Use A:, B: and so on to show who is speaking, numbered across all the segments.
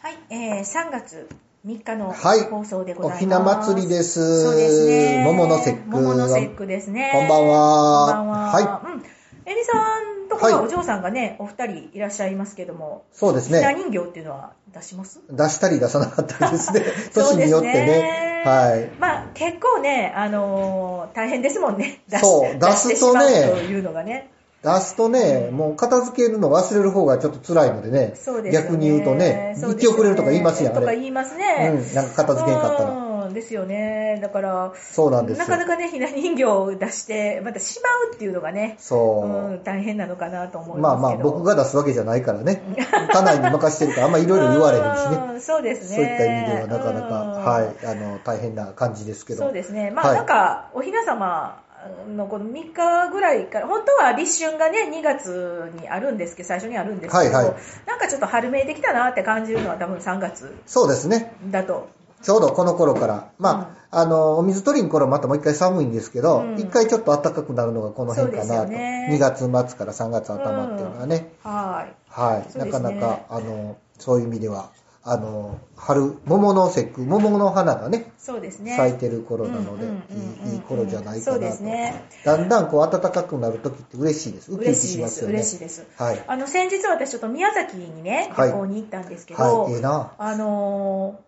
A: はい、えー、3月3日の
B: はい
A: 放送でご
B: お
A: ざ
B: ひ
A: い
B: な
A: ます。
B: 祭りです。
A: そうですね。
B: 桃の節句。
A: 桃の節句ですね。
B: こんばん
A: こ
B: は。
A: んばんは。
B: はい。
A: い。うん。エリさんとこは
B: はい
A: お嬢さんがね、お二人いらっしゃいますけども、
B: そうです
A: ひな
B: ね。
A: 人形っていうのは出します。
B: 出したり出さなかったりですね 年によ
A: そ
B: って
A: うです
B: ね。はい。
A: まあ結構ね、あのー大変ですもんね。出し
B: そ
A: 出
B: う
A: して
B: 出すとね
A: しまうというのがね。
B: 出すとね、もう片付けるの忘れる方がちょっと辛いのでね。
A: そうですよね。
B: 逆に言うとね、
A: そうで
B: 行っ
A: す
B: て
A: よ
B: 遅れるとか言いますやん、あ
A: とか
B: れ。
A: 言います
B: う
A: ね。
B: ん、なんか片付けんかったら。
A: うん、ですよね。だから、
B: そうなんです
A: な
B: よ
A: かなかね、ひな人形を出して、またしまうっていうのがね、う
B: そ
A: ん、大変なのかなと思
B: う。
A: い
B: まあ
A: ま
B: ますあ
A: けど。
B: 僕が出すわけじゃないから ね。家内に任してるからあんまいろいろ言われへんしね。
A: うんそうですね。
B: そういった意味ではなかなか、
A: うん
B: はい、あの、大変な感じですけど。
A: そうですね。まあ、
B: はい
A: なんか、おひな様のこの3日ぐらいから、本当は立春がね、2月にあるんですけど、最初にあるんですけど、
B: はいはい
A: なんかちょっと春めいてきたなって感じるのは多分3月
B: そうですね。
A: だと。
B: ちょうどこの頃から。まあ、あの、お水取りに来るまたもう一回寒いんですけど
A: うん、
B: 一、回ちょっと暖かくなるのがこの辺か
A: そ
B: な
A: う
B: と。
A: ですよね
B: 2月末から3月頭っていうのはね。
A: はい。
B: はい、
A: そう
B: な
A: で
B: か
A: すね
B: なか、あの、そういう意味では、あの、春、桃の節句、桃の花がね、
A: そうですね。
B: 咲いてる頃なので、
A: うんうんう
B: い
A: んうん
B: いいい頃じゃない
A: そ
B: か
A: うで
B: な
A: す
B: と。
A: ね。
B: だんだんこう暖かくなる時って嬉しいです。ウキウキ
A: 嬉しい
B: し
A: で。
B: ますすよね。
A: 嬉しいです。
B: はい。
A: あの、先日私ちょっと宮崎にね、
B: はい
A: 旅行に行ったんですけど、
B: はい、ええな。
A: あのー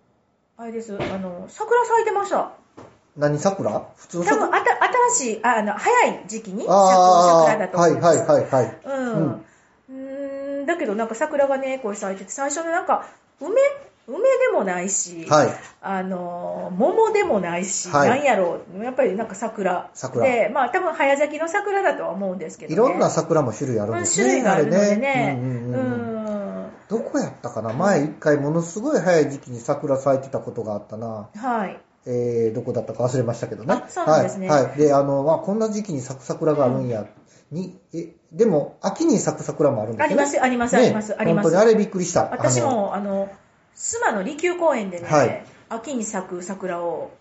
A: あれです、あの、桜咲いてました。
B: 何桜普通
A: 多
B: の
A: 分
B: 桜
A: あた、新しい、ああの、早い時期に咲く
B: あ
A: 桜だ
B: ー
A: と思
B: はいい
A: ま
B: は
A: す。
B: いはいはい。
A: うん。うーん、だけどなんか桜がね、こう咲いてて、最初のなんか、梅梅でもないし、
B: はい。
A: あのー、桃でもないし、
B: はい
A: なんやろう、やっぱりなんか桜。
B: 桜
A: で、まあ多分早咲きの桜だとは思うんですけど、ね。
B: いろんな桜も種類あるん
A: う
B: で
A: ん
B: す
A: 種
B: ね。
A: 類があるので
B: あれ
A: ね。
B: うん
A: う
B: うんうん
A: ん。
B: どこやったかな前一回ものすごい早い時期に桜咲いてたことがあったな。
A: はい。
B: えー、どこだったか忘れましたけどね
A: あ。そうなんですね
B: はい。はい、で、あの、あこんな時期に咲く桜があるんや。に、え、でも、秋に咲く桜もあるんです
A: あ
B: よ
A: り
B: ね。
A: ます、あります、
B: ね
A: あります、ありま
B: 本当
A: す
B: に。あれびっくりした。
A: 私
B: あの。
A: もあの須磨の利休公園でね、
B: はい
A: 秋に咲く桜を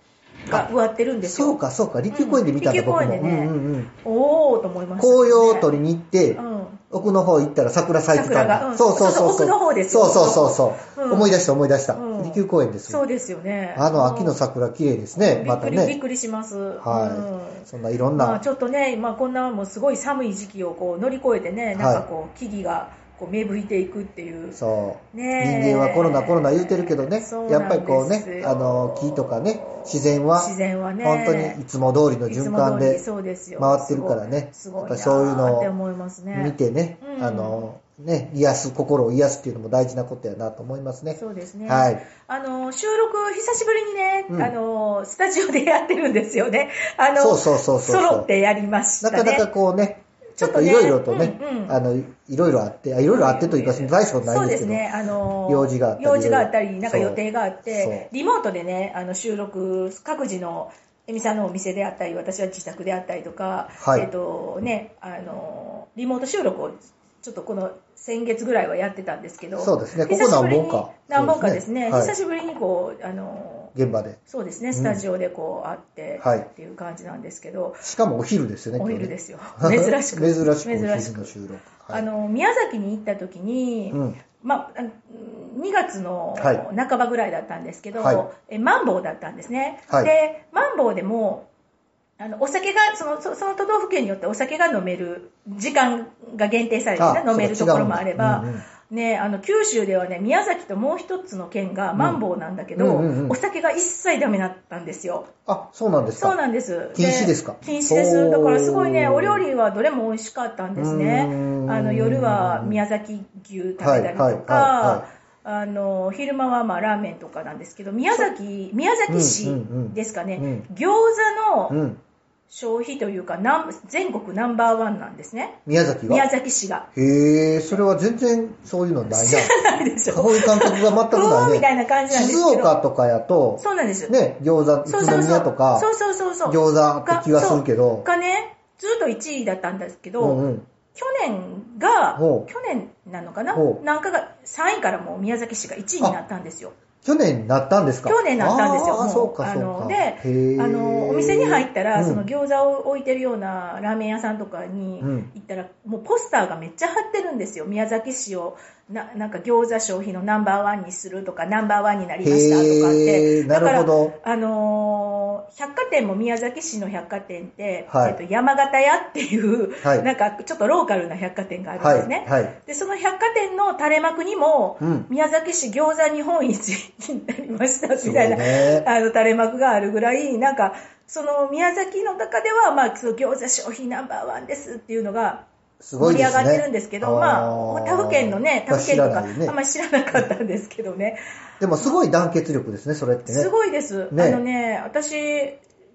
A: が植わってるんですよ。
B: そうか、そうか。利休公園で見たんだ、
A: うん
B: 僕も。
A: 利休公園でね
B: うんうんうん。
A: おおと思いました、
B: 紅葉を取りに行って、
A: うん。
B: 奥の方行ったら桜咲いてたん
A: 桜がう
B: だ。
A: ん
B: そうそうそう。
A: そうそう奥の方ですよ
B: そうそうそうそう、
A: うん
B: 思い出した思い出した。
A: うん
B: 利休公園です
A: そ
B: よ。
A: うですよね。
B: あの秋の
A: 桜、
B: 桜綺麗ですね。
A: び
B: ま
A: っく
B: た
A: り、びっ
B: ね。
A: くりします。
B: は
A: うん
B: い。そんないろん
A: まあ
B: な。
A: ちょっとね、まあこんなもうすごい寒い時期をこう乗り越えてね、なんかこう木々がこう芽吹いていくっていう。
B: そう。
A: ねえ
B: 人間はコロナコロナ言うてるけどね
A: そう。な
B: や
A: ん
B: っぱりこう
A: です
B: ね、
A: よ
B: あの、木とかね、自然は、
A: 自然はね、
B: 本当にいつも通りの
A: いつ
B: 循
A: も通
B: 環
A: り
B: で
A: そうですよ
B: 回ってるからね
A: すごい
B: やっぱり
A: すごい
B: そういうの
A: な
B: を
A: って思いますね。
B: 見てね
A: う、ん
B: あの、ね、癒す、心を癒すっていうのも大事なことやなと思いますね。
A: そうですね。
B: はい。
A: あの、収録、久しぶりにね、
B: うん
A: あの、スタジオでやってるんですよね。あの、
B: そうそうそうそうそう。
A: 揃ってやりました
B: な
A: ね。
B: かなかこうね、
A: ち
B: ち
A: ょ
B: ょ
A: っ
B: っ
A: と
B: と
A: ね
B: いろいろとね、
A: うんうん
B: あの、いろいろあって、あいろいろあってというか、大したことない
A: そ
B: んですけ
A: う
B: ど、
A: ですね。あの、
B: 用事があったり
A: 用事があったり
B: いろいろ
A: なんか予定があって、
B: そ
A: リモートでね、あの、収録、各自の、エミさんのお店であったり、私は自宅であったりとか、
B: はい
A: えっとね、あの、リモート収録を、ちょっとこの先月ぐらいはやってたんですけど、
B: そうですねここ
A: 久しぶりに
B: 何本か
A: 何本かですね、
B: そうですね
A: 久しぶ
B: はい
A: りにこう、あの、
B: 現場で。
A: そうですね、スタジオでこう会って
B: はい
A: っていう感じなんですけど、
B: しかもお昼ですよね、
A: お昼
B: 今
A: で
B: 日
A: す
B: ね
A: よ、 珍しく。
B: 珍しくお
A: 珍し
B: 昼
A: く
B: の収録。はい
A: あの宮崎に行った時に、
B: うん
A: まあ、あの2月の
B: は
A: 半ばぐらいだったんですけど、
B: はい
A: えマンボウだったんですね、
B: はい
A: でマンボウでもあのお酒がそのそその都道府県によってお酒が飲める時間が限定されて
B: あ
A: ね飲めるところもあれば、
B: そう違うんだ
A: ね、あの九州ではね宮崎ともう一つの県がマンボウなんだけど、
B: うんうんうんうん
A: お酒が一切ダメだったんですよ。
B: あ、そうなんですか。
A: そうなんです。
B: 禁止ですか
A: 禁止です。だからすごいね、
B: おー
A: お料理はどれも美味しかったんですね。
B: うーん
A: あの夜は宮崎牛食べたり
B: はい
A: と
B: はいはい
A: か、あの昼間はまあラーメンとかなんですけど、宮崎、宮崎市
B: うんうんうん
A: ですか
B: う
A: ね
B: ん、
A: 餃子
B: う
A: の
B: ん。
A: 消費というか、なん全国ナンバーワンなんですね。
B: 宮崎は
A: 宮崎市が。
B: へえ、それは全然そういうのないな。
A: ないでしょ。
B: そういう感覚が全く
A: う
B: な
A: ー
B: い
A: みた
B: ね。
A: いな感じなんですけ
B: 静
A: ど。
B: 岡とかやと、
A: そうなんです。
B: ね、餃子、
A: そうそう
B: 宇都
A: そう
B: 宮とか、
A: そうそうそうそう。
B: 餃子って気がするけど、
A: がね、ずっと1位だったんですけど、
B: うんうん。
A: 去年が、
B: ほ
A: 去年なのかな
B: ほう
A: なんかが3位からもう宮崎市が1位になったんですよ。
B: 去年なったんですか
A: 去年なったんですよ。
B: あー
A: も
B: そうか、
A: あ
B: そうか。
A: ので、
B: へー
A: あの、お店に入ったら、
B: うん
A: その餃子を置いてるようなラーメン屋さんとかに
B: うん
A: 行ったら、もうポスターがめっちゃ貼ってるんですよ。宮崎市を、ななんか餃子消費のナンバーワンにするとか、ナンバーワンになりましたとかって。
B: へーなるほど。
A: あのー百貨店も宮崎市の百貨店って、
B: はい
A: えっと、山形屋っていう、
B: はい
A: なんかちょっとローカルな百貨店があるん
B: は
A: ですね。
B: い、はい。
A: で、その百貨店の垂れ幕にも、
B: うん
A: 宮崎市餃子日本一になりました
B: そう
A: みたいな、
B: ね。
A: あの垂れ幕があるぐらい、なんか、その宮崎の中では、まあ、その餃子消費ナンバーワンですっていうのが、
B: すごい
A: 盛り
B: で
A: 上
B: すね。
A: がってるんですけど、まあ、他府県のね、他府県と
B: ま
A: か、
B: あ知らないね
A: あんまり知らなかったんですけどね。
B: でもすごい団結力ですね、それってね。
A: すごいです。
B: ね
A: あのね、私、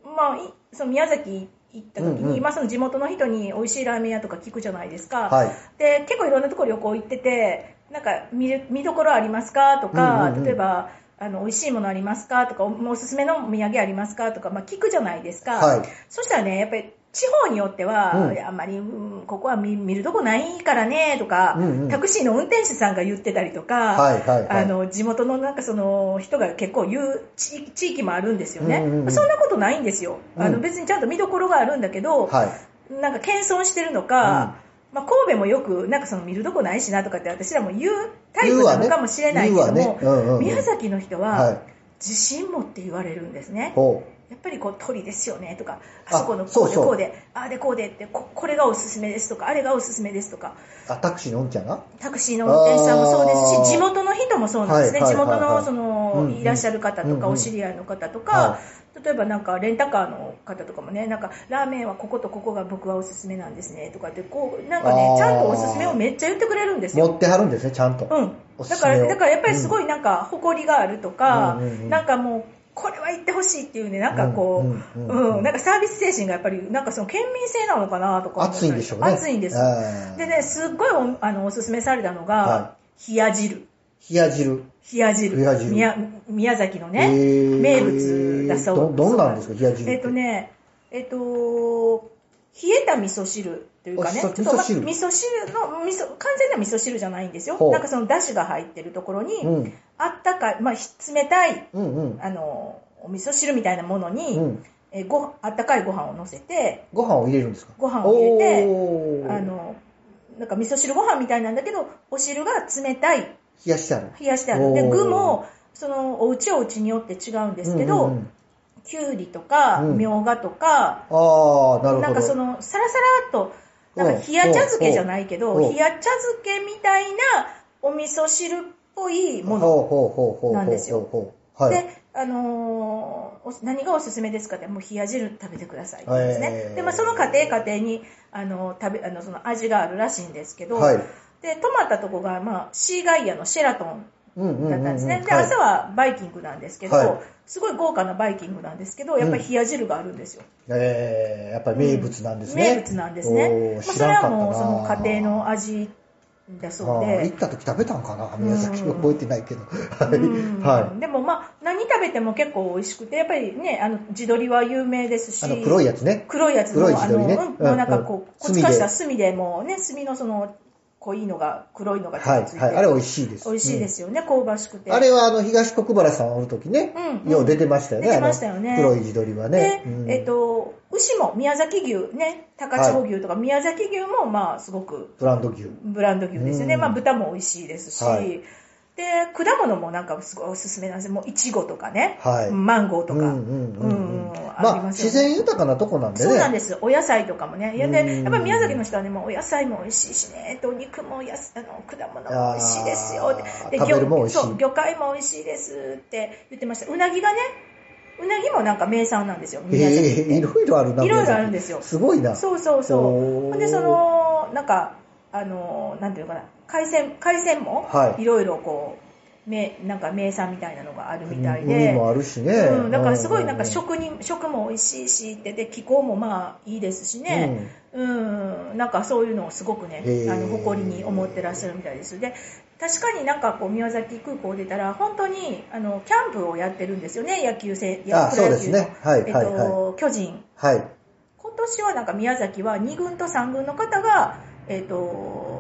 A: まあい、その宮崎行った時に、
B: うんうん
A: まあその地元の人に美味しいラーメン屋とか聞くじゃないですか。
B: はい。
A: で、結構いろんなところ旅行行ってて、なんか見る見どころありますかとか、
B: うんうんうん
A: 例えば、あの美味しいものありますかとかおおすすめのお土産ありますかとか、まあ、聞くじゃないですか、
B: はい
A: そしたらねやっぱり地方によっては、
B: うん
A: いやあんまり、うんここは見見るとこないからねとか、
B: うんうん
A: タクシーの運転手さんが言ってたりとか、
B: はいはいはい
A: あの地元のなんかその人が結構言う地地域もあるんですよね、
B: うんうんうん
A: そんなことないんですよ、あ
B: う
A: の
B: ん
A: 別にちゃんと見どころがあるんだけど、
B: はい。
A: なんか謙遜してるのか、まあ、神戸もよくなんかその見るとこないしなとかって私らも言うタイプなのかもしれないけども、
B: 言うわねうんうんうん
A: 宮崎の人
B: は。
A: はい自信持って言われるんですね、
B: ほ
A: やっぱりこう鳥ですよねとか
B: あ
A: あそこの
B: そ
A: こ
B: う
A: うで
B: そう
A: こうでああでこうでってここれがおすすめですとかあれがおすすめですとか
B: う。あ、タクシーのおんちゃんが
A: タクシーの運転手さんもそうですし
B: あー
A: 地元の人もそうなんですね、
B: はいはいはいはい
A: 地元の
B: う
A: そ
B: ん
A: の
B: うん
A: いらっしゃる方と
B: うんう
A: か
B: ん
A: お知り合いの方と
B: は
A: か、例えばなんかレンタカーの方とかもねなんかラーメンはこことここが僕はおすすめなんですねとかってこうなんか
B: あ
A: ね
B: ー
A: ちゃんとおすすめをめっちゃ言ってくれるんです
B: 持
A: よ。
B: ってはるんですね、ちゃんと。
A: うん、
B: おす
A: だ
B: す
A: か
B: めを
A: らだからやっぱりすごいなんか誇りがあるとか、
B: うんうんうん
A: なんかもうこれは行ってほしいっていうねなんかこう、
B: う
A: うんん
B: うんうんうん
A: なんかサービス精神がやっぱりなんかその県民性なのかなとか思ったり
B: 熱いんでしょうね。
A: 熱いんですよ
B: えー
A: でね、すっごいおあのおすすめされたのが、
B: は
A: 冷や汁。
B: 冷や汁。
A: 冷や汁。
B: 冷や汁
A: 宮宮崎の
B: え
A: ね、
B: ー
A: 名物だそう
B: ど、どんなんですか、冷や汁て。
A: えっ、とね、えっ、と、冷えた味噌汁というかね、
B: あそう
A: ちょっとまあ
B: 味噌汁
A: 味噌汁の、味噌、完全な味噌汁じゃないんですよ
B: ほ。う
A: なんかその出汁が入ってるところに、
B: うん。
A: あったかい、まあ、ひ冷たい、
B: うんうん。
A: あの、お味噌汁みたいなものに、
B: うん。
A: えーご、あったかいご飯を乗せて、
B: ご飯を入れるんですか
A: ご飯を入れて
B: おー
A: あの、なんか味噌汁ご飯みたいなんだけど、お汁が冷たい
B: 冷やしてある。
A: 冷やしてある。で、
B: おー
A: 具も、その、お家お家によって違うんですけど、
B: うんうんうん
A: きゅうりとか、
B: うん
A: みょうがとか、
B: ああ、なるほど。
A: なんかその、サラサラっと、なんか
B: うん
A: 冷や茶漬けじゃないけど、
B: うんうん
A: 冷や茶漬けみたいなお味噌汁っぽいもの。
B: ほうほうほうほうほうほう
A: なんですよ
B: ほうはい。
A: で、あのーお何がおすすめですかって、もう冷や汁食べてくださいって言うんですね。
B: へー
A: で、まあ、その家庭家庭に、あの、食べ、あの、その味があるらしいんですけど、
B: はい。
A: で、泊まったとこが、まあ、シーガイアのシェラトン
B: うんうんうんうん
A: だったんですね。で、
B: はい
A: 朝はバイキングなんですけど、
B: はい
A: すごい豪華なバイキングなんですけど、やっぱり冷や汁があるんですよ。
B: えー、やっぱり名物なんですね。
A: 名物なんですね。
B: お
A: ま
B: ー
A: あ
B: 知
A: それ
B: らん
A: は
B: かったな
A: もうその家庭の味だそう
B: あー行
A: で
B: っ。た時食べたんかな宮崎
A: うん
B: 覚えてないけど。はい。
A: うん
B: は
A: でもまあ何食べても結構美味しくてやっぱりねあの地鶏は有名ですし
B: い。あの、黒いやつね。
A: 黒いやつの
B: 黒い地
A: あ
B: 鶏
A: の、
B: ね
A: うん
B: うん
A: もうなんかこう、
B: うん
A: こっちからしたら炭でもうね炭のその濃いのが黒いのがちょ
B: は
A: っ
B: い。
A: とついて、
B: はい。あれ美味しいです。
A: 美味しいですよね、香ばしく
B: う
A: て
B: ん。あれはあの、東国原さんおる時ね
A: うんう。ん
B: よう出てましたよね。
A: 出てましたよね
B: あの黒い地鶏はね。
A: で、
B: うん
A: えっ、と牛も宮崎牛ね高千穂牛とか宮崎牛もまあすごく
B: ブランド牛。
A: ブランド牛ですよね、
B: うん
A: まあ、豚も美味しいですし、
B: はい
A: で果物もなんかすごいおすすめなんですよもういちごとかね、
B: はい
A: マンゴーとか、
B: うんうんうんうん。
A: うんありますよね
B: まあ、自然豊かなとこなんでね。
A: そうなんですお野菜とかもねいや
B: う
A: で
B: ん
A: やっぱり宮崎の人はねもうお野菜も美味しいしねとお肉もやすあの果物も美味しいですよ
B: あー
A: で
B: 食べるも美味しい
A: そう魚介も美味しいですって言ってましたうなぎがねうなぎもなんか名産なんですよ宮崎って
B: ええいろいろあるな。
A: いろいろある
B: 宮崎
A: んですよ
B: すごいな。
A: そうそうそう
B: おー
A: ほんでそのなんかあのなんていうのかな海鮮海鮮も
B: はい
A: いろいろこう、めなんか名産みたいなのがあるみたい
B: 海
A: で、
B: もあるしね。
A: うん、だからすごいなんか
B: ョッ
A: 食に食も美味しいしってで気候もまあいいですしね、うんなんかそういうのをすごくね
B: へー
A: あの誇りに思ってらっしゃるみたいですで確かになんかこう宮崎空港出たら本当にあのキャンプをやってるんですよね野球せ
B: あ
A: やプロ野球
B: そ
A: の、
B: うですねはい
A: えっと
B: はいは
A: 巨人
B: はい。
A: 今年はなんか宮崎は2軍と3軍の方が、えっと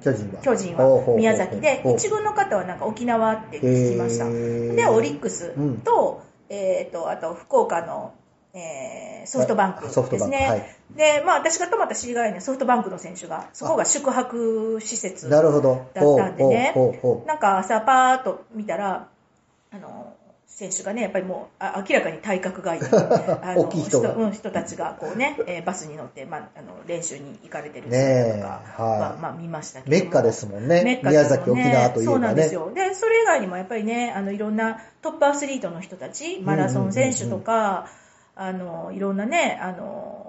B: 巨人は。
A: 巨人
B: ほうほうほうほ
A: は
B: う
A: 宮崎で、
B: ほう
A: 一軍の方はなんか沖縄って聞きました
B: へ。ー
A: で、オリックスと、えっ、と、あと福岡の、えーソフトバンク
B: あソフト
A: で
B: バ
A: す
B: ンク
A: ね。で、まあ私が泊まった市以外にはソフトバンクの選手が、そこが宿泊施設
B: なるほど。
A: だったんでね
B: ほうほうほうほ
A: なんか朝パーッと見たら、あの、選手がね、やっぱりもう、あ明らかに体格が いい、あの
B: 大きい人が
A: うん、人たちがこうね、えーバスに乗って、まあ、あの練習に行かれてる
B: う。
A: 姿と
B: ねえ、
A: か
B: は
A: は、
B: い。
A: まあ見ましたけど
B: メ
A: も
B: ッカですもんね。
A: メッカ
B: 宮
A: です
B: 崎、
A: よ
B: 沖
A: ね
B: 縄といえばね。
A: そうなんですよ。で、それ以外にもやっぱりね、あの、いろんなトップアスリートの人たち、マラソン選手とか、あの、いろんなね、あの、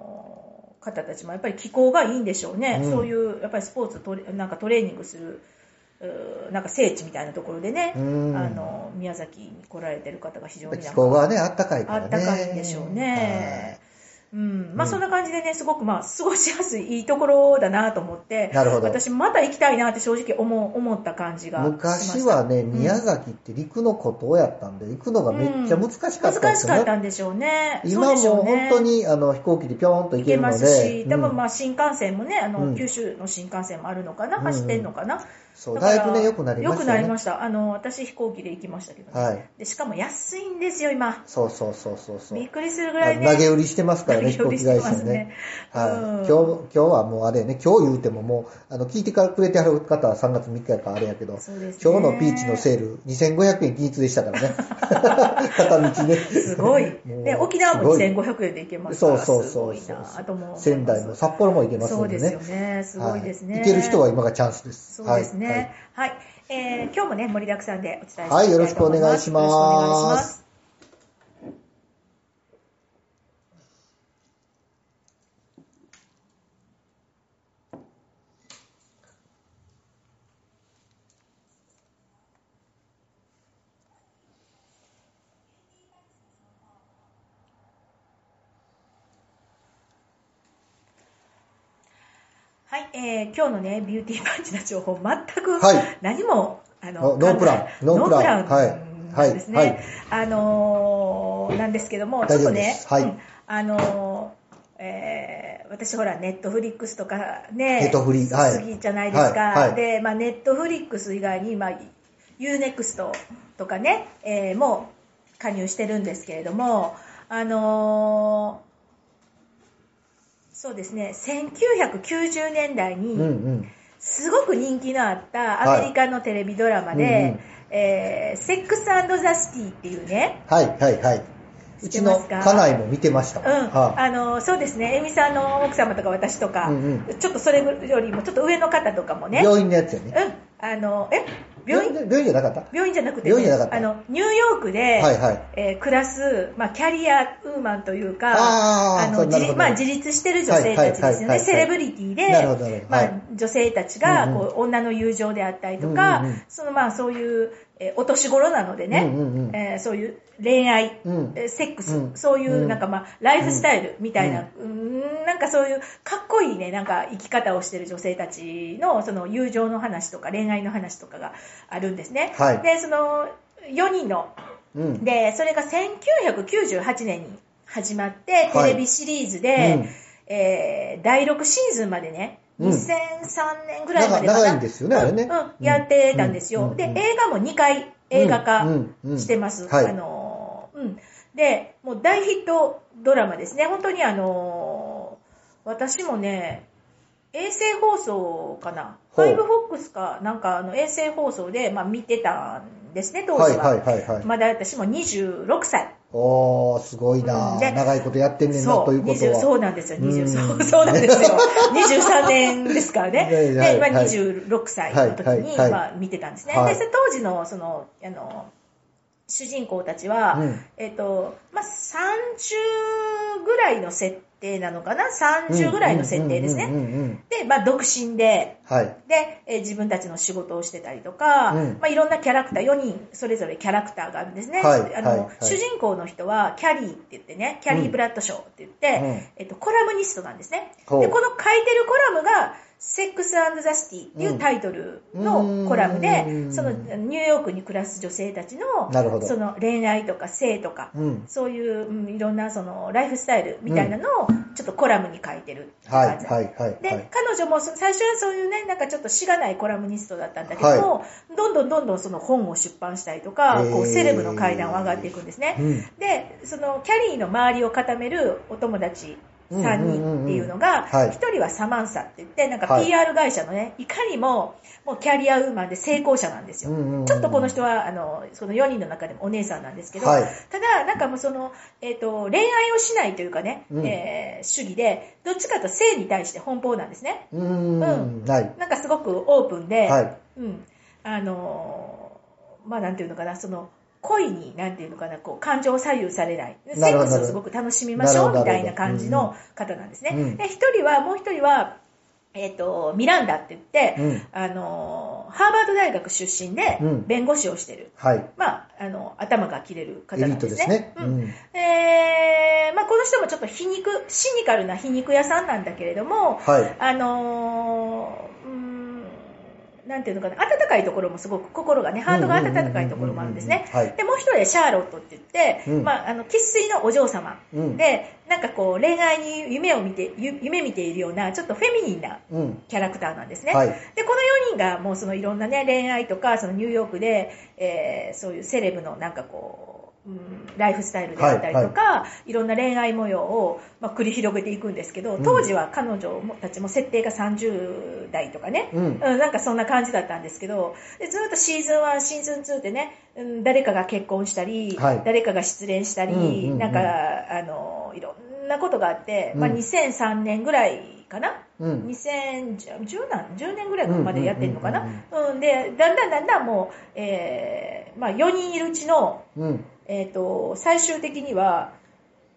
A: 方たちもやっぱり気候がいいんでしょうね。
B: うん
A: そういう、やっぱりスポーツトレ、なんかトレーニングする、うーなんか聖地みたいなところでね、
B: うん
A: あの、宮崎に来られてる方が非常にな
B: 気
A: ん
B: 候
A: か、
B: がね、あったかいか
A: あ
B: らね。
A: ったかいんでしょうね。うん。まあ、そんな感じでね、すごくまあ、過ごしやすい、いいところだなと思って
B: はい。、なるほど。
A: 私また行きたいなって正直思う思った感じがしました
B: 昔はね、
A: ん
B: 宮崎って陸の孤島やったんで、行くのがめっちゃ難しかった
A: 難
B: です
A: し
B: よ
A: か
B: ね
A: っ。たんでしょうねそう
B: 今
A: でしょ
B: も
A: うね
B: 本当にあの飛行機でぴょんと
A: 行
B: 行け
A: け
B: る
A: ま
B: の
A: す
B: で、
A: し、
B: うん
A: 多分まあ新幹線もね、あの、
B: うん
A: 九州の新幹線もあるのかな、
B: うん
A: 走ってんのかな、
B: そう、
A: から
B: だいぶね、良くなりま
A: 良
B: したね。
A: くなりました。あの、私飛行機で行きましたけどね。
B: はい
A: で、しかも安いんですよ、今。
B: そうそうそうそうそう。
A: びっくりするぐらいね。
B: 投げ売りしてますからね、飛
A: 投
B: 行
A: げ売り
B: 機
A: して
B: 会
A: ま
B: 社
A: す
B: ね
A: ね。
B: はい。今
A: うん
B: 日、今日はもうあれやね、今日言うてももう、あの、聞いてからくれてはる方は3月3日やからあれやけど、
A: そうですね
B: 今日のピーチのセール、2500円均一でしたからね。 片道ね。
A: すごい。
B: もう
A: で、沖縄も
B: すごい
A: 2500円で行けますか
B: そ
A: ら。
B: うそうそう
A: すごいなあともう。
B: 仙台も札幌も行けます
A: そ
B: ん
A: う
B: で
A: で
B: ね。
A: すよね。すごいですね。
B: は行ける人は今がチャンスで
A: そ
B: す。
A: うですね。はい。えー今日もね、盛りだくさんでお伝えしていきたいと
B: は
A: 思います。
B: いよろしくお願いしま
A: よろ
B: す
A: くお願いしますはい、えー今日のね、ビューティーパンチの情報、全く
B: はい
A: 何も、あ
B: ノノープラン
A: 考え
B: ノープラン
A: ノープランなんですね。
B: はいはい
A: あのーなんですけども、ちょっ
B: 大丈夫
A: と
B: で
A: ね
B: す、はい
A: うんあのーえー私ほら、ネットフリックスとかね、
B: ネットフリはい
A: 好きじゃないですか。
B: はいはい
A: で、まあ、ネットフリックス以外に、まあ、UNEXT とかね、えーもう加入してるんですけれども、あのーそうですね、1990年代に、
B: うんうん。
A: すごく人気のあった
B: はい
A: アメリカのテレビドラマで、
B: うんうん
A: えーセックスザ・シティっていうね、
B: はいはいはい。う
A: 知っ
B: ち
A: てま
B: の
A: すか
B: 家内も見てました
A: う
B: も
A: ん
B: ん。はい
A: あのそうですね、エミさんの奥様とか私とか、
B: うんう
A: ちょっとそれよりもちょっと上の方とかもね、
B: 病院のやつや
A: う
B: ね。
A: ん、あのえ病院
B: 病院じゃなかった
A: 病院じゃなくて、
B: 病院じゃなかった
A: あのニューヨークで、
B: はいはい
A: えー暮らす、まあ、キャリアウーマンというか、
B: あー
A: あ
B: そう
A: の自
B: なるほ
A: 立
B: ど
A: まあ、自立してる女性たち
B: はいはいは
A: で
B: い
A: す
B: はい
A: よ
B: は
A: はいセレブリティ
B: なるほどなる
A: で、
B: ほど
A: ま
B: はい
A: あ、女性たちが
B: うんうん
A: こう女の友情であったりとか、
B: うんうんうん
A: そのまあそういう、えーお年頃なのでね、
B: うんうんうん
A: えーそういう恋愛、
B: うん
A: えーセックス、
B: うん
A: そうい
B: うん
A: うなんかまあライフスタイルみたいな、うんなんかそういうかっこいいねなんか生き方をしてる女性たちのその友情の話とか恋愛の話とかがあるんですね。
B: はい
A: でその4人の
B: うん。
A: でそれが1998年に始まって
B: は
A: テ
B: い
A: レビシリーズで、
B: うん
A: えー第6シーズンまでね
B: うん
A: 2003年ぐらいまでかな
B: 長長いんですよねあれね
A: うんうん
B: うん
A: やってたんですよ、
B: うん
A: で
B: うん
A: 映画も2回映画化
B: うんうんうん
A: してます、
B: はい
A: あのーうん、でもう大ヒットドラマですね本当にあのー私もね衛星放送かな
B: ほう
A: 5フォックスかなんかあの衛星放送で、まあ、見てたんですね当時は、
B: はいはいはいはい。
A: まだ私も26歳。
B: おー、すごいな、
A: うんで
B: 長いことやってんねんな、
A: そ、
B: といううこ
A: 20
B: と
A: そ
B: は。
A: うなんですよ。
B: う
A: 20
B: ん
A: そうそうなんですよ。23年ですからね。
B: はいはい
A: で、まあ
B: はい
A: 26歳の時
B: はいは
A: に、
B: いはい
A: まあ見てたんですね。
B: はい
A: で、当時の、その、あの、主人公たちは、
B: うん
A: えっと、まあ30ぐらいの設定なのかな ?30 ぐらいの設定です
B: うん
A: ね。
B: うんうんうんうん
A: で、まあ独身で、
B: はい。
A: で、えー自分たちの仕事をしてたりとか、
B: うん
A: まあ、いろんなキャラクター、4人それぞれキャラクターがあるんですね。
B: はい
A: あ
B: はい
A: の
B: はい
A: 主人公の人はキャリーって言ってね、キャリー・ブラッドショーって言って、
B: うん
A: えっと、コラムニストなんですね。
B: ほう
A: で、この書いてるコラムがセックスザ・シティっていうタイトルのコラム
B: う
A: で、
B: ん
A: そのニューヨークに暮らす女性たちの
B: なるほど
A: その恋愛とか性とか、
B: うん。
A: そういう、うんいろんなそのライフスタイルみたいなのをちょっとコラムに書いてるって
B: はい、
A: 感じ
B: はい、はい。
A: で、
B: はい
A: 彼女もそ最初はそういうね、なんかちょっとしがないコラムニストだったんだけども、どんどんどんどんその本を出版したりとか、こ
B: へー
A: うセレブの階段を上がっていくんですね。
B: うん。
A: で、そのキャリーの周りを固めるお友達3人っていうのが、
B: うんうんうんうんはい
A: 1人はサマンサって言って、なんか
B: はい
A: PR 会社のね、いかにももうキャリアウーマンで成功者なんですよ。ちょっとこの人は、あの、その4人の中でもお姉さんなんですけど、
B: はい
A: ただ、なんかもうその、えっ、と、恋愛をしないというかね、
B: うん
A: えー主義で、どっちかというと性に対して奔放なんですね。
B: うん、
A: う
B: はい。
A: なんかすごくオープンで、
B: はい。
A: うん。あのーまあなんていうのかな、その、恋に、なんていうのかな、こう、感情を左右されない。セ
B: なる
A: ッ
B: ほ
A: ク
B: ど
A: スをすごく楽しみましょう、
B: なるほ
A: み
B: ど
A: たいな感じの方なんですね。
B: うん
A: で、一人は、もう一人は、えっ、と、ミランダって言って、
B: うん。
A: あのーハーバード大学出身で
B: うん、
A: 弁護士をしてる。
B: はい。
A: まあ、あの、頭が切れる
B: エ
A: 方
B: リ
A: なん
B: ート
A: で
B: です
A: ね。
B: す
A: う
B: ね。
A: ん。えーまあ、この人もちょっと皮肉、シニカルな皮肉屋さんなんだけれども、
B: はい。
A: あのーうーん、なんていうのかな、温かいところもすごく心がね、ハートが温かいところもあるんですね。
B: はい。
A: で、もう一人はシャーロットって言って、
B: うん
A: まあ、あの、喫水のお嬢様。
B: うん。
A: で、なんかこう、恋愛に夢を見て、ゆ夢見ているような、ちょっとフェミニンな
B: うん。
A: キャラクターなんですね。
B: はい。
A: で、この4人がもうそのいろんなね、恋愛とか、そのニューヨークで、えーそういうセレブのなんかこう、うんライフスタイルであったりとか、いろんな恋愛模様を、まあ、繰り広げていくんですけど、
B: うん
A: 当時は彼女もたちも設定が30代とかね、
B: うん。
A: うん、なんかそんな感じだったんですけど、でずっとシーズン1、シーズン2ってね、うん、誰かが結婚したり、
B: はい
A: 誰かが失恋したり、
B: うんうんうん
A: なんか、あの、いろんなことがあって、まあ、
B: うん
A: 2003年ぐらいかな、
B: うん。
A: 2010何10年ぐらいまでやってるのかな、
B: う
A: うんん
B: うん
A: でだんだんだんだんもう、えーまあ、4人いるうちの、
B: うん。
A: えー、と最終的には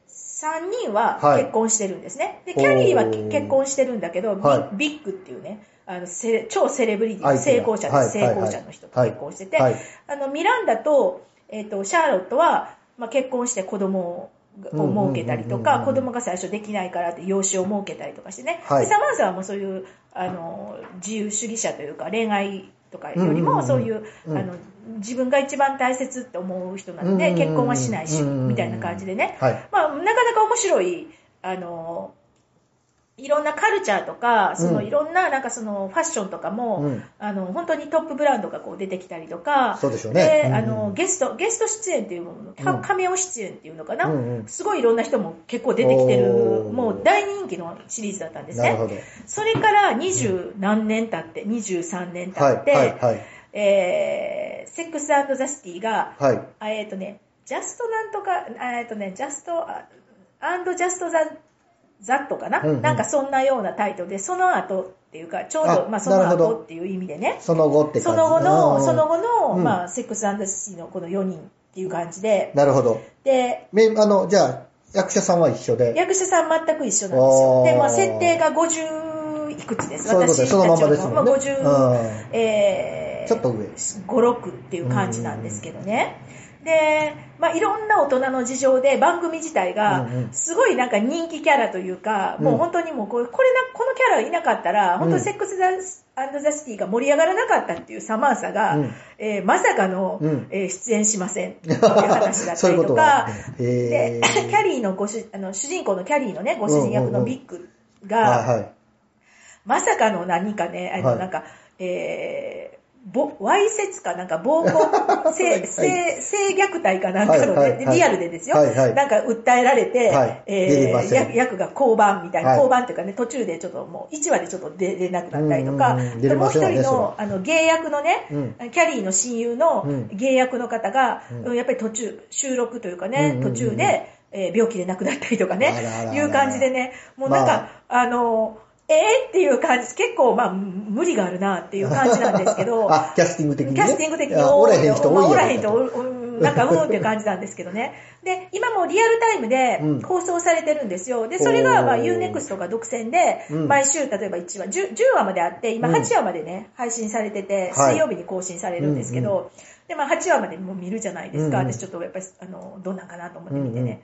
A: 3人は
B: はい
A: 結婚してるんですね、で
B: ほう
A: キャリーは結婚してるんだけど、ビ
B: は
A: ビッグっていうねあのせ超セレブリティ
B: 相
A: 成
B: 手が
A: 功者で
B: はい
A: 成功者の人と
B: はい
A: 結婚してて、
B: はい。
A: あのミランダと,、えー、とシャーロットは、まあ、結婚して子供を設けたりと
B: うん
A: か
B: うんうんうん
A: 子供が最初できないからって養子を設けたりとかしてね、
B: はい
A: でサマンサはもうそういうあの自由主義者というか恋愛とかより
B: うんうんう
A: も
B: ん
A: そういう、
B: うん
A: あの自分が一番大切って思う人なの
B: うんうんう
A: で
B: ん
A: 結婚はしないし
B: うんうんうん
A: みたいな感じでね、
B: はい。
A: まあ、なかなか面白いあのいろんなカルチャーとかその
B: うん
A: いろんななんかそのファッションとかも、
B: うん。
A: あの本当にトップブランドがこう出てきたりとか、
B: そうでしょうね。
A: であのゲストゲスト出演っていうもの、か
B: うん
A: 亀尾出演っていうのかな、
B: うんうん
A: すごいいろんな人も結構出てきてる、
B: おー
A: もう大人気のシリーズだったんです
B: なる
A: ね。
B: ほど。
A: それから二十何年経って、23年
B: はい
A: 経って、
B: はいはい
A: えーセックスザ・シティが、
B: はい。
A: あえっ、とね、ジャストなんとか、あえっ、とね、ジャスト、あアンドジャスト・ザ・ザットかな、
B: うんうん
A: なんかそんなようなタイトルで、その後っていうか、ちょうど、
B: あ
A: まあその
B: なるほ
A: 後
B: ど
A: っていう意味でね、
B: その後って
A: そ
B: 感じ
A: の後
B: う
A: の、
B: ん
A: その後の、
B: うん
A: まあ、セックスシティのこの4人っていう感じで、
B: なるほど。
A: で、
B: めあの、じゃあ、役者さんは一緒で。
A: 役者さん全く一緒なんです
B: お
A: よ。
B: ー
A: で、まあ、設定が50いくつです。
B: そういうことで、
A: 私
B: そのままですもんね。
A: たちのまあ50、
B: うん
A: えー、
B: ちょっと上
A: 5、6っていう感じなんですけどね。で、まあ、いろんな大人の事情で番組自体が
B: うんうん
A: すごいなんか人気キャラというか、
B: うん
A: もう本当にもうこうこれなこのキャラいなかったら、本当
B: うん
A: にセックスザ・アンド・ザ・シティが盛り上がらなかったっていうサマーサが、
B: うん
A: えーまさかの、
B: うん
A: えー出演しま せんっていう話だった
B: そうい
A: り
B: うこと
A: と
B: が
A: か、
B: へ
A: で
B: ー
A: キャリーのご主あの主人公のキャリーのねご主人役のビッグが、
B: はいはい。
A: まさかの何かね、あ
B: はい
A: の、なんか、えー、ぼ、わいせつかなんか暴行、
B: はいは
A: 性、
B: い
A: 性、性虐待かなんかのね、
B: はいはいはい
A: リアルでですよ、
B: はいはい
A: なんか訴えられて、
B: はい出れ
A: え
B: ま
A: ー
B: せん
A: や、役が降板みたいな、
B: はい
A: 降板っていうかね、途中でちょっともう1話でちょっと出れなくなったりとか、
B: うんうんうん
A: で
B: 出れ
A: もう
B: ま
A: 一
B: せんよね
A: 人の、あの、芸役のね、
B: うん
A: キャリーの親友の
B: うん
A: 芸役の方が、
B: うん
A: うんやっぱり途中、収録というか
B: うん
A: ね、
B: うんうん
A: 途中で、えー病気で亡くなったりとかね
B: あらあらあ、ら
A: いう感じでね、もうなんか、あの、えー、っていう感じです。結構、まあ、無理があるなっていう感じなんですけど、
B: あ、キャスティング的に、ね。
A: キャスティング的に
B: あおらへん人
A: まあ
B: 多い
A: お
B: や
A: ら
B: ろ
A: へん人、おうんなんか、うんっていう感じなんですけどね。で、今もリアルタイム
B: うん
A: で放送されてるんですよ。で、それが、まあ、
B: おー
A: UNEXT とか独占で
B: うん、
A: 毎週、例えば1話、10, 10話まであって、今
B: うん
A: 8話までね、配信されてて、
B: はい
A: 水曜日に更新されるんですけど、
B: う
A: で、まあ、8話までもう見るじゃないですか。
B: うんうん
A: 私ちょっと、やっぱり、あの、どうなんかなと思って見てね。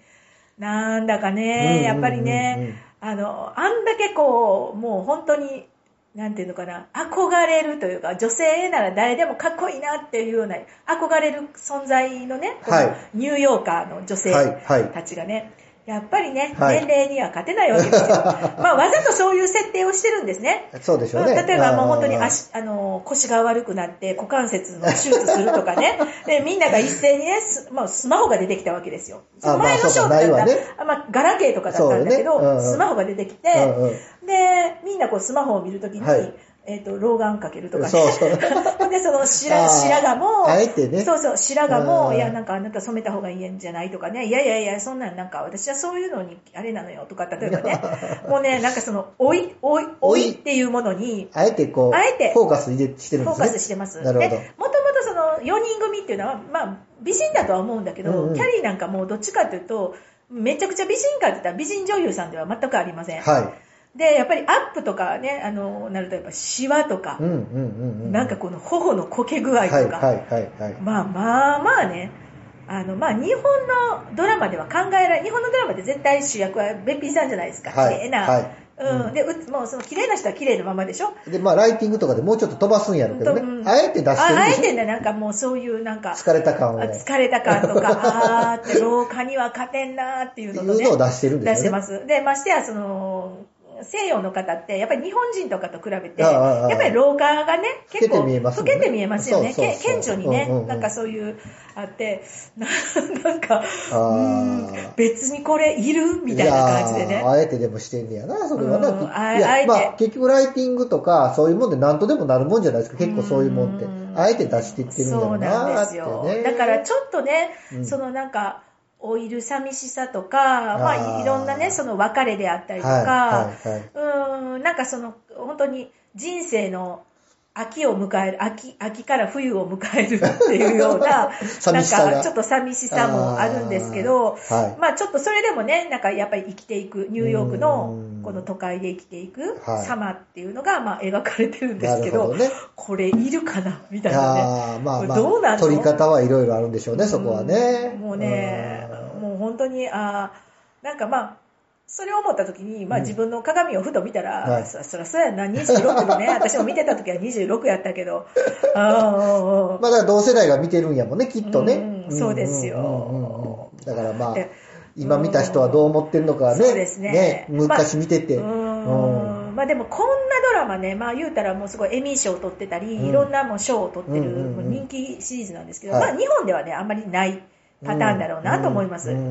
A: なんだかね、
B: うんうんうんうん
A: やっぱりね、あの、あんだけこう、もう本当に、なんていうのかな、憧れるというか、女性なら誰でもかっこいいなっていうような、憧れる存在のね、この
B: はい
A: ニューヨーカーの女性
B: はいはい
A: たちがね、やっぱりね、
B: はい
A: 年齢には勝てないわけ ですよ。まあ、わざとそういう設定をしてるんですね。
B: そうでしょうね。
A: うん例えばもう本当に
B: あー
A: 足、あの、腰が悪くなって股関節の手術するとか ね。で、みんなが一斉にね、すまあ、スマホが出てきたわけですよ。
B: あ
A: 前のショーだった
B: まあそうかないわ
A: ら、
B: ね
A: あまあ、ガラケーとかだったんだけど、
B: そうよねうんうん
A: スマホが出てきて、
B: うんうん
A: で、みんなこうスマホを見るときに、
B: はい
A: えっ、と、老眼かけるとかね。
B: そうそ う。
A: で、その白
B: あー
A: 白髪 も、
B: あえてね
A: そうそう、白髪も、
B: うん
A: いや、なんかあなた染めた方がいいんじゃないとかね、いやいやいや、そんなんなんか私はそういうのにあれなのよとか、例えば ね、もうね、なんかその、老い、老い、老いっていうものに、
B: あえてこう、
A: あえて
B: フォーカス入れして
A: フ
B: るん
A: ォー
B: ですね。
A: カスしてます。
B: なるほど。
A: で、もともとその4人組っていうのは、まあ、美人だとは思うんだけど、
B: うんうん
A: キャリーなんかもうどっちかというと、めちゃくちゃ美人かって言ったら美人女優さんでは全くありません。
B: はい。
A: で、やっぱりアップとかね、あの、なるとやっぱシワとか
B: う、んうんうんうん。
A: なんかこの頬のこけ具合
B: は
A: と
B: い
A: か、
B: はいはいはい。
A: まあまあまあね、あの、まあ日本のドラマでは考えられ、日本のドラマで絶対主役はべっぴんさんじゃないですか。
B: はい
A: 綺麗な。
B: はい
A: うん。
B: うん
A: で、うもうその綺麗な人は綺麗なままでしょ
B: で、まあ、ライティングとかでもうちょっと飛ばすんやろうけどね。
A: うん
B: あえて出して
A: あ
B: るん
A: あ
B: で
A: え
B: しょ
A: てね、なんかもうそういうなんか、
B: 疲れた
A: あ
B: 感をね。
A: 疲れた感と か、あーって廊下には勝てんなーっていう
B: って
A: の
B: い
A: とね。
B: うのを出してるん
A: 出
B: で
A: し
B: す
A: て
B: よ
A: ま
B: ね。
A: す。で、ましてや、その、西洋の方って、やっぱり日本人とかと比べて、
B: ああああああ
A: やっぱり老化がね、結構、
B: 老けて見えますもんね
A: 老けて見えますよね。
B: そうそうそう
A: け顕著にね、
B: うんうんうん
A: なんかそういう、あって、な なんか、う
B: あー
A: ーん、別にこれいるみたいな感じで
B: い
A: ね
B: やー。あえてでもしてんねやな、それはな。
A: うんあ
B: いや
A: あえて
B: まあ、結局ライティングとか、そういうもんで何とでもなるもんじゃないですか。結構そういうもんって
A: う。ん
B: あえて出していってるんだ
A: そ
B: ろ
A: う
B: う
A: な
B: なんー
A: で
B: っ
A: す
B: て
A: よ。
B: ね。
A: だからちょっとね、
B: うん
A: そのなんか、老いる寂しさとか、まあ
B: あー
A: いろんなね、その別れであったりとか、
B: はいはいはいう
A: ーん、なんかその、本当に人生の秋を迎える、秋、秋から冬を迎えるっていうような、
B: 寂しさが
A: なんかちょっと寂しさもあるんですけど、
B: あーはい
A: まあちょっとそれでもね、なんかやっぱり生きていく、ニューヨークの
B: うん
A: この都会で生きていく
B: はい
A: 様っていうのが、まあ描かれてるんですけ
B: な
A: ど、
B: るほどね
A: これいるかなみたいなね。
B: ああ、まあま
A: どうな
B: あ、
A: んの
B: 取り方はいろいろあるんでしょうね、そこはね。
A: うんもうね
B: うん、
A: もう本当に、あーなんかまあ、それを思った時に、まあ
B: うん
A: 自分の鏡をふと見たら、
B: はい
A: そそらそうやな、26のね、 私も見てた時は26やったけど、あー
B: まあだから同世代が見てるんやもんね、きっとね。
A: うんうんそうですよ
B: うんうんうんうんだからまあ
A: で、
B: 今見た人はどう思ってんのかね。
A: そうですね
B: 昔 見てて。
A: う
B: うん
A: ーんまあでもこんなドラマね、まあ言うたらもうすごいエミー賞を取ってたり、
B: うん
A: いろんなもう賞を取ってる
B: うんうん
A: も
B: うん
A: う人気シリーズなんですけど、
B: はい
A: まあ日本ではね、あんまりないパターンだろうなと思います。
B: う
A: うんん
B: う
A: う
B: ん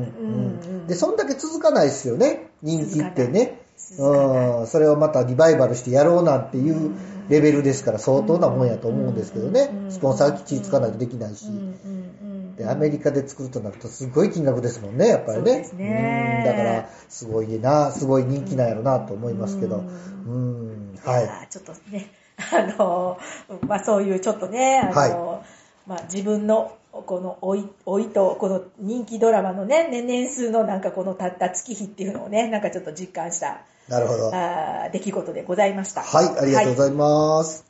A: ん
B: で、そんだけ続かないですよね、人気ってね。
A: 続かない
B: うん、それをまたリバイバルしてやろうなんていうレベルですから相当なもんやと思うんですけどね
A: うんうん
B: スポンサー基地つかないとできないし
A: うんうんう
B: で
A: ん
B: アメリカで作るとなるとすごい金額ですもんねやっぱり
A: そ
B: ね
A: うですね
B: うんだからすごいなすごい人気なんやろなと思いますけどうんはい
A: あーちょっとね、 あのー、まあそういうちょっとね、あのー、まあ自分の、この老い、老いと、この人気ドラマのね、ね年数のなんかこのたった月日っていうのをね、なんかちょっと実感した、
B: なるほどはい
A: あー出来事でございました。
B: ありがとうご
A: は
B: ざいます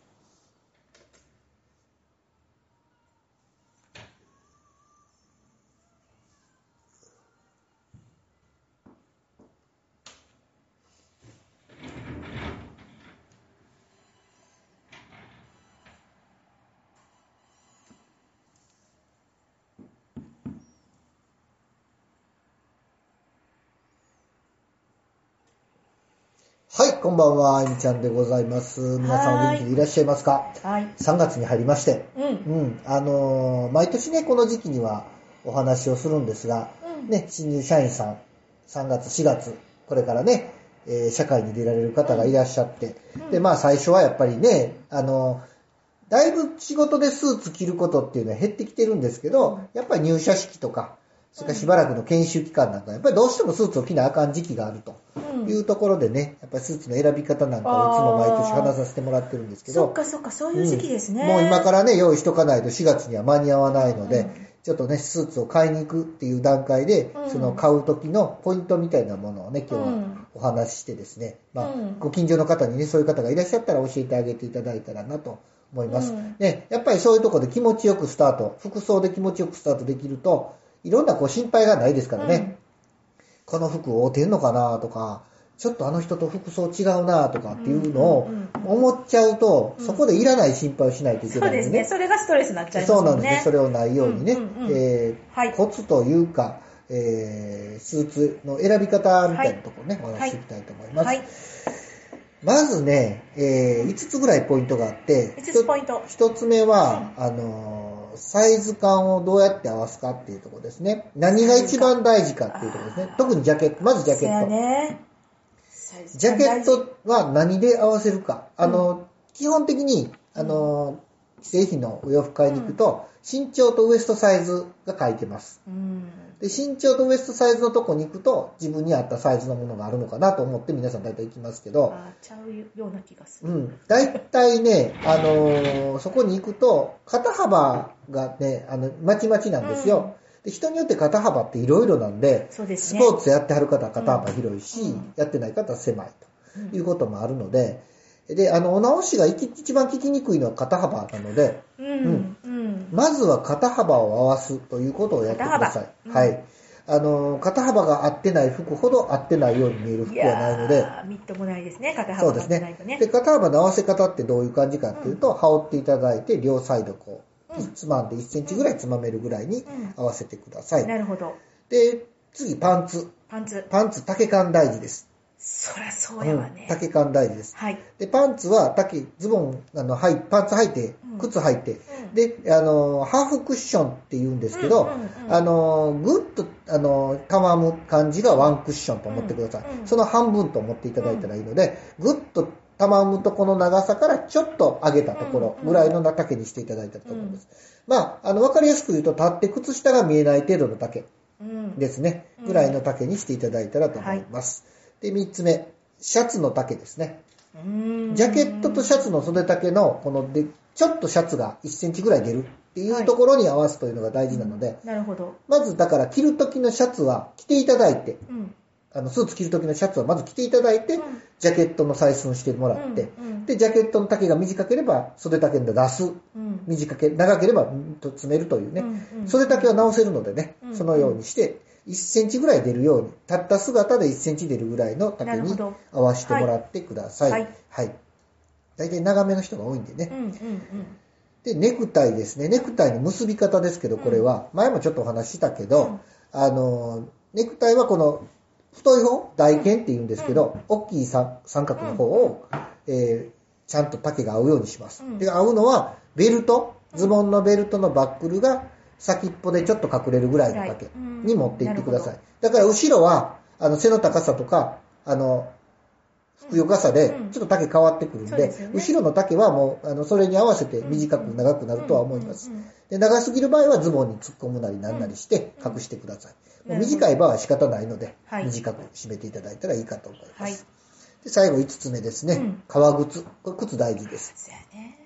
B: はいこんばんはあゆみちゃんでございます皆さんお元気でいらっしゃいますか
A: はい。
B: 3月に入りまして
A: うん。
B: うん、あのー毎年ね、この時期にはお話をするんですが、
A: うん
B: ね、新入社員さん、3月、4月、これからね、えー社会に出られる方がいらっしゃって、
A: うん
B: で、まあ最初はやっぱりね、あのーだいぶ仕事でスーツ着ることっていうのは減ってきてるんですけど、やっぱり入社式とか、それからしばらくの研修期間なんか、やっぱりどうしてもスーツを着なあかん時期があると
A: うん
B: いうところでね、やっぱりスーツの選び方なんかをいつも毎年話させてもらってるんですけど、
A: そっかそっか、そういう時期ですね。
B: うんもう今からね、用意しとかないと4月には間に合わないので、
A: うん
B: ちょっとね、スーツを買いに行くっていう段階で、
A: うん
B: その買う時のポイントみたいなものをね、今日
A: う
B: は
A: ん
B: お話ししてですね、まあ
A: うん、
B: ご近所の方にね、そういう方がいらっしゃったら教えてあげていただいたらなと思います。
A: うん
B: ね、やっぱりそういうところで気持ちよくスタート、服装で気持ちよくスタートできると、いろんなこう心配がないですからね。
A: うん
B: この服合うてんのかなとか、ちょっとあの人と服装違うなとかっていうのを
A: うんうん
B: 思っちゃうと、
A: うん
B: そこでいらない心配をしないといけ
A: そ
B: な
A: う
B: いん
A: で
B: ですね
A: ね。。それがストレスになっちゃいます
B: そう
A: も
B: なん
A: ん
B: ですね
A: ね。。
B: それをないようにね、
A: うんうんうん
B: えー
A: はい
B: コツというか、えースーツの選び方みたいなところね、お話ししていきたいと思います。
A: はい。
B: まずね、え5つぐらいポイントがあって、
A: 5つポイント
B: 1つ目は、あのーサイズ感をどうやって合わすかっていうところですね。何が一番大事かっていうところですね
A: あ。ー
B: 特にジャケット、まずジャ
A: そ
B: ケ
A: や
B: ット。
A: ね。
B: ジャケットは何で合わせるか。
A: うん
B: あの、基本的に、あの、製品のお洋服買いに行くと、身長とウエストサイズが書いてます。
A: うん。
B: で、身長とウエストサイズのとこに行くと、自分に合ったサイズのものがあるのかなと思って皆さん大体行きますけど、
A: あちゃうような気がす
B: う
A: る。
B: ん、大体ね、あのーそこに行くと、肩幅がね、あの、まちまちなんですよ。で、人によって肩幅っていろいろなんで、
A: そうです
B: ス
A: ね。
B: ポーツやってはる方は肩幅広いし、
A: うんうん
B: やってない方は狭い
A: うん
B: ということもあるので、で、あの、お直しが一一番聞きにくいのは肩幅なので、
A: うん。うん。
B: まずは肩幅を合わすということをやってください。
A: 肩幅
B: は
A: う
B: い。あのー肩幅が合ってない服ほど合ってないように見える服はないので、
A: やーみっともないですね。肩
B: そ
A: 幅
B: うです
A: がない
B: ね
A: と。ね
B: で、。肩幅の合わせ方ってどういう感じかっていうと、羽織っていただいて、両サイドこう、
A: うん
B: つまんで1センチぐらいつまめるぐらい
A: う
B: に
A: ん
B: 合わせてください。
A: なるほど。
B: で、次、パンツ。
A: パンツ。
B: パンツ、丈感大事です。
A: そりゃそうやわ
B: う
A: ね
B: ん。丈感大事です。
A: はい。
B: で、パンツは、丈、ズボン、あの、はい、パンツ履いて
A: うん、
B: 靴履いて、
A: うん
B: で、あの、ハーフクッションって言うんですけど、
A: うんうんうん
B: あの、ぐっと、あの、たわむ感じがワンクッションと思ってください。
A: うんうん
B: その半分と思っていただいたらいいので、ぐっとたわむとこの長さからちょっと上げたところぐらいの丈にしていただいたと思います。まあ、あの、わかりやすく言うと、立って靴下が見えない程度の丈
A: うん。
B: ですね
A: う。ん
B: ぐらいの丈にしていただいたらと思います。で、三つ目、シャツの丈ですね。
A: うん
B: ジャケットとシャツの袖丈の、こので、ちょっとシャツが1センチぐらい出るっていうところに合わすというのが大事なので、
A: なるほど。
B: まずだから着る時のシャツは着ていただいて、
A: うん。
B: あの、スーツ着る時のシャツはまず着ていただいて、
A: うん
B: ジャケットの採寸してもらって、
A: うんうん
B: で、ジャケットの丈が短ければ袖丈で出す。
A: うん。
B: 短け、長ければうんと詰めるというね、
A: うんうん
B: 袖丈は直せるのでね、
A: うん
B: そのようにして、1センチぐらい出るように、たった姿で1センチ出るぐらいの
A: な
B: 丈
A: る
B: に
A: ほど
B: 合わせてもらってください。
A: は
B: はいい。大体長めの人が多いんでね。
A: うんうんうん。
B: で、ネクタイですね。ネクタイの結び方ですけど、これは、前もちょっとお話ししたけど、あの、ネクタイはこの、太い方、大剣って言うんですけど、大きい三三角の方を、えーちゃんと丈が合うようにします。
A: うん
B: で、合うのは、ベルト、ズボンのベルトのバックルが先っぽでちょっと隠れるぐらいの丈
A: うん
B: に持っていってくださ。
A: ない
B: だから後ろは、あの、背の高さとか、あの、ふくよかさで
A: うん、
B: ちょっと丈変わってくるん
A: そ
B: で、
A: うですよね
B: 後ろの丈はもう、あの、それに合わせて短く長くなるとは思います。で、長すぎる場合はズボンに突っ込むなりなんなりして
A: うん
B: 隠してください。
A: うん
B: もう短い場合は仕方ないので、
A: はい
B: 短く締めていただいたらいいかと思います。
A: はい
B: で、最後5つ目ですね。
A: うん
B: 革靴。これ靴大事です。
A: そうやね。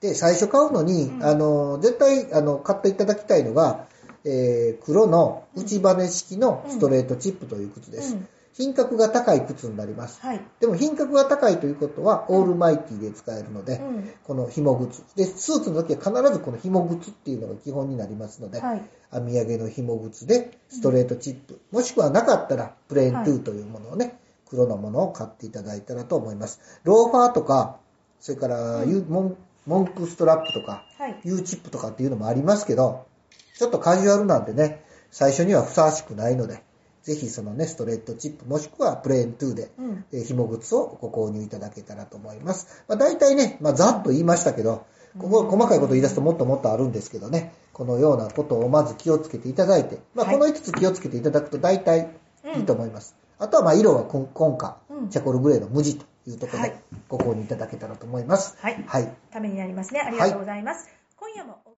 B: で、最初買うのに、
A: うん
B: あの、絶対、あの、買っていただきたいのが、えー、黒の内バネ式のストレートチップという靴です。
A: うん
B: 品格が高い靴になります。
A: はい。
B: でも品格が高いということは、オールマイティで使えるので、
A: うん
B: この紐靴。で、スーツの時は必ずこの紐靴っていうのが基本になりますので、
A: はい。
B: 編み上げの紐靴でストレートチップ、もしくはなかったらプレーントゥーというものをね、黒のものを買っていただいたらと思います。ローファーとか、それから、
A: うん
B: ユモンモンクストラップとか、
A: はい。
B: U チップとかっていうのもありますけど、ちょっとカジュアルなんでね、最初にはふさわしくないので、ぜひそのね、ストレートチップもしくはプレーントゥーで、
A: うん。
B: えー紐靴をご購入いただけたらと思います。まあ、大体ね、まあ、ざっと言いましたけど、ここ細かいこと言い出すともっともっとあるんですけどね、このようなことをまず気をつけていただいて、まあ、
A: はい
B: この5つ気をつけていただくと大体いいと思います。あとはまあ色は今今回
A: うん、
B: チャコールグレーの無地というところ
A: は
B: で
A: い
B: ご購入いただけたらと思います。
A: はい
B: はい。
A: ためになりますね。ありがとうございます。今夜もお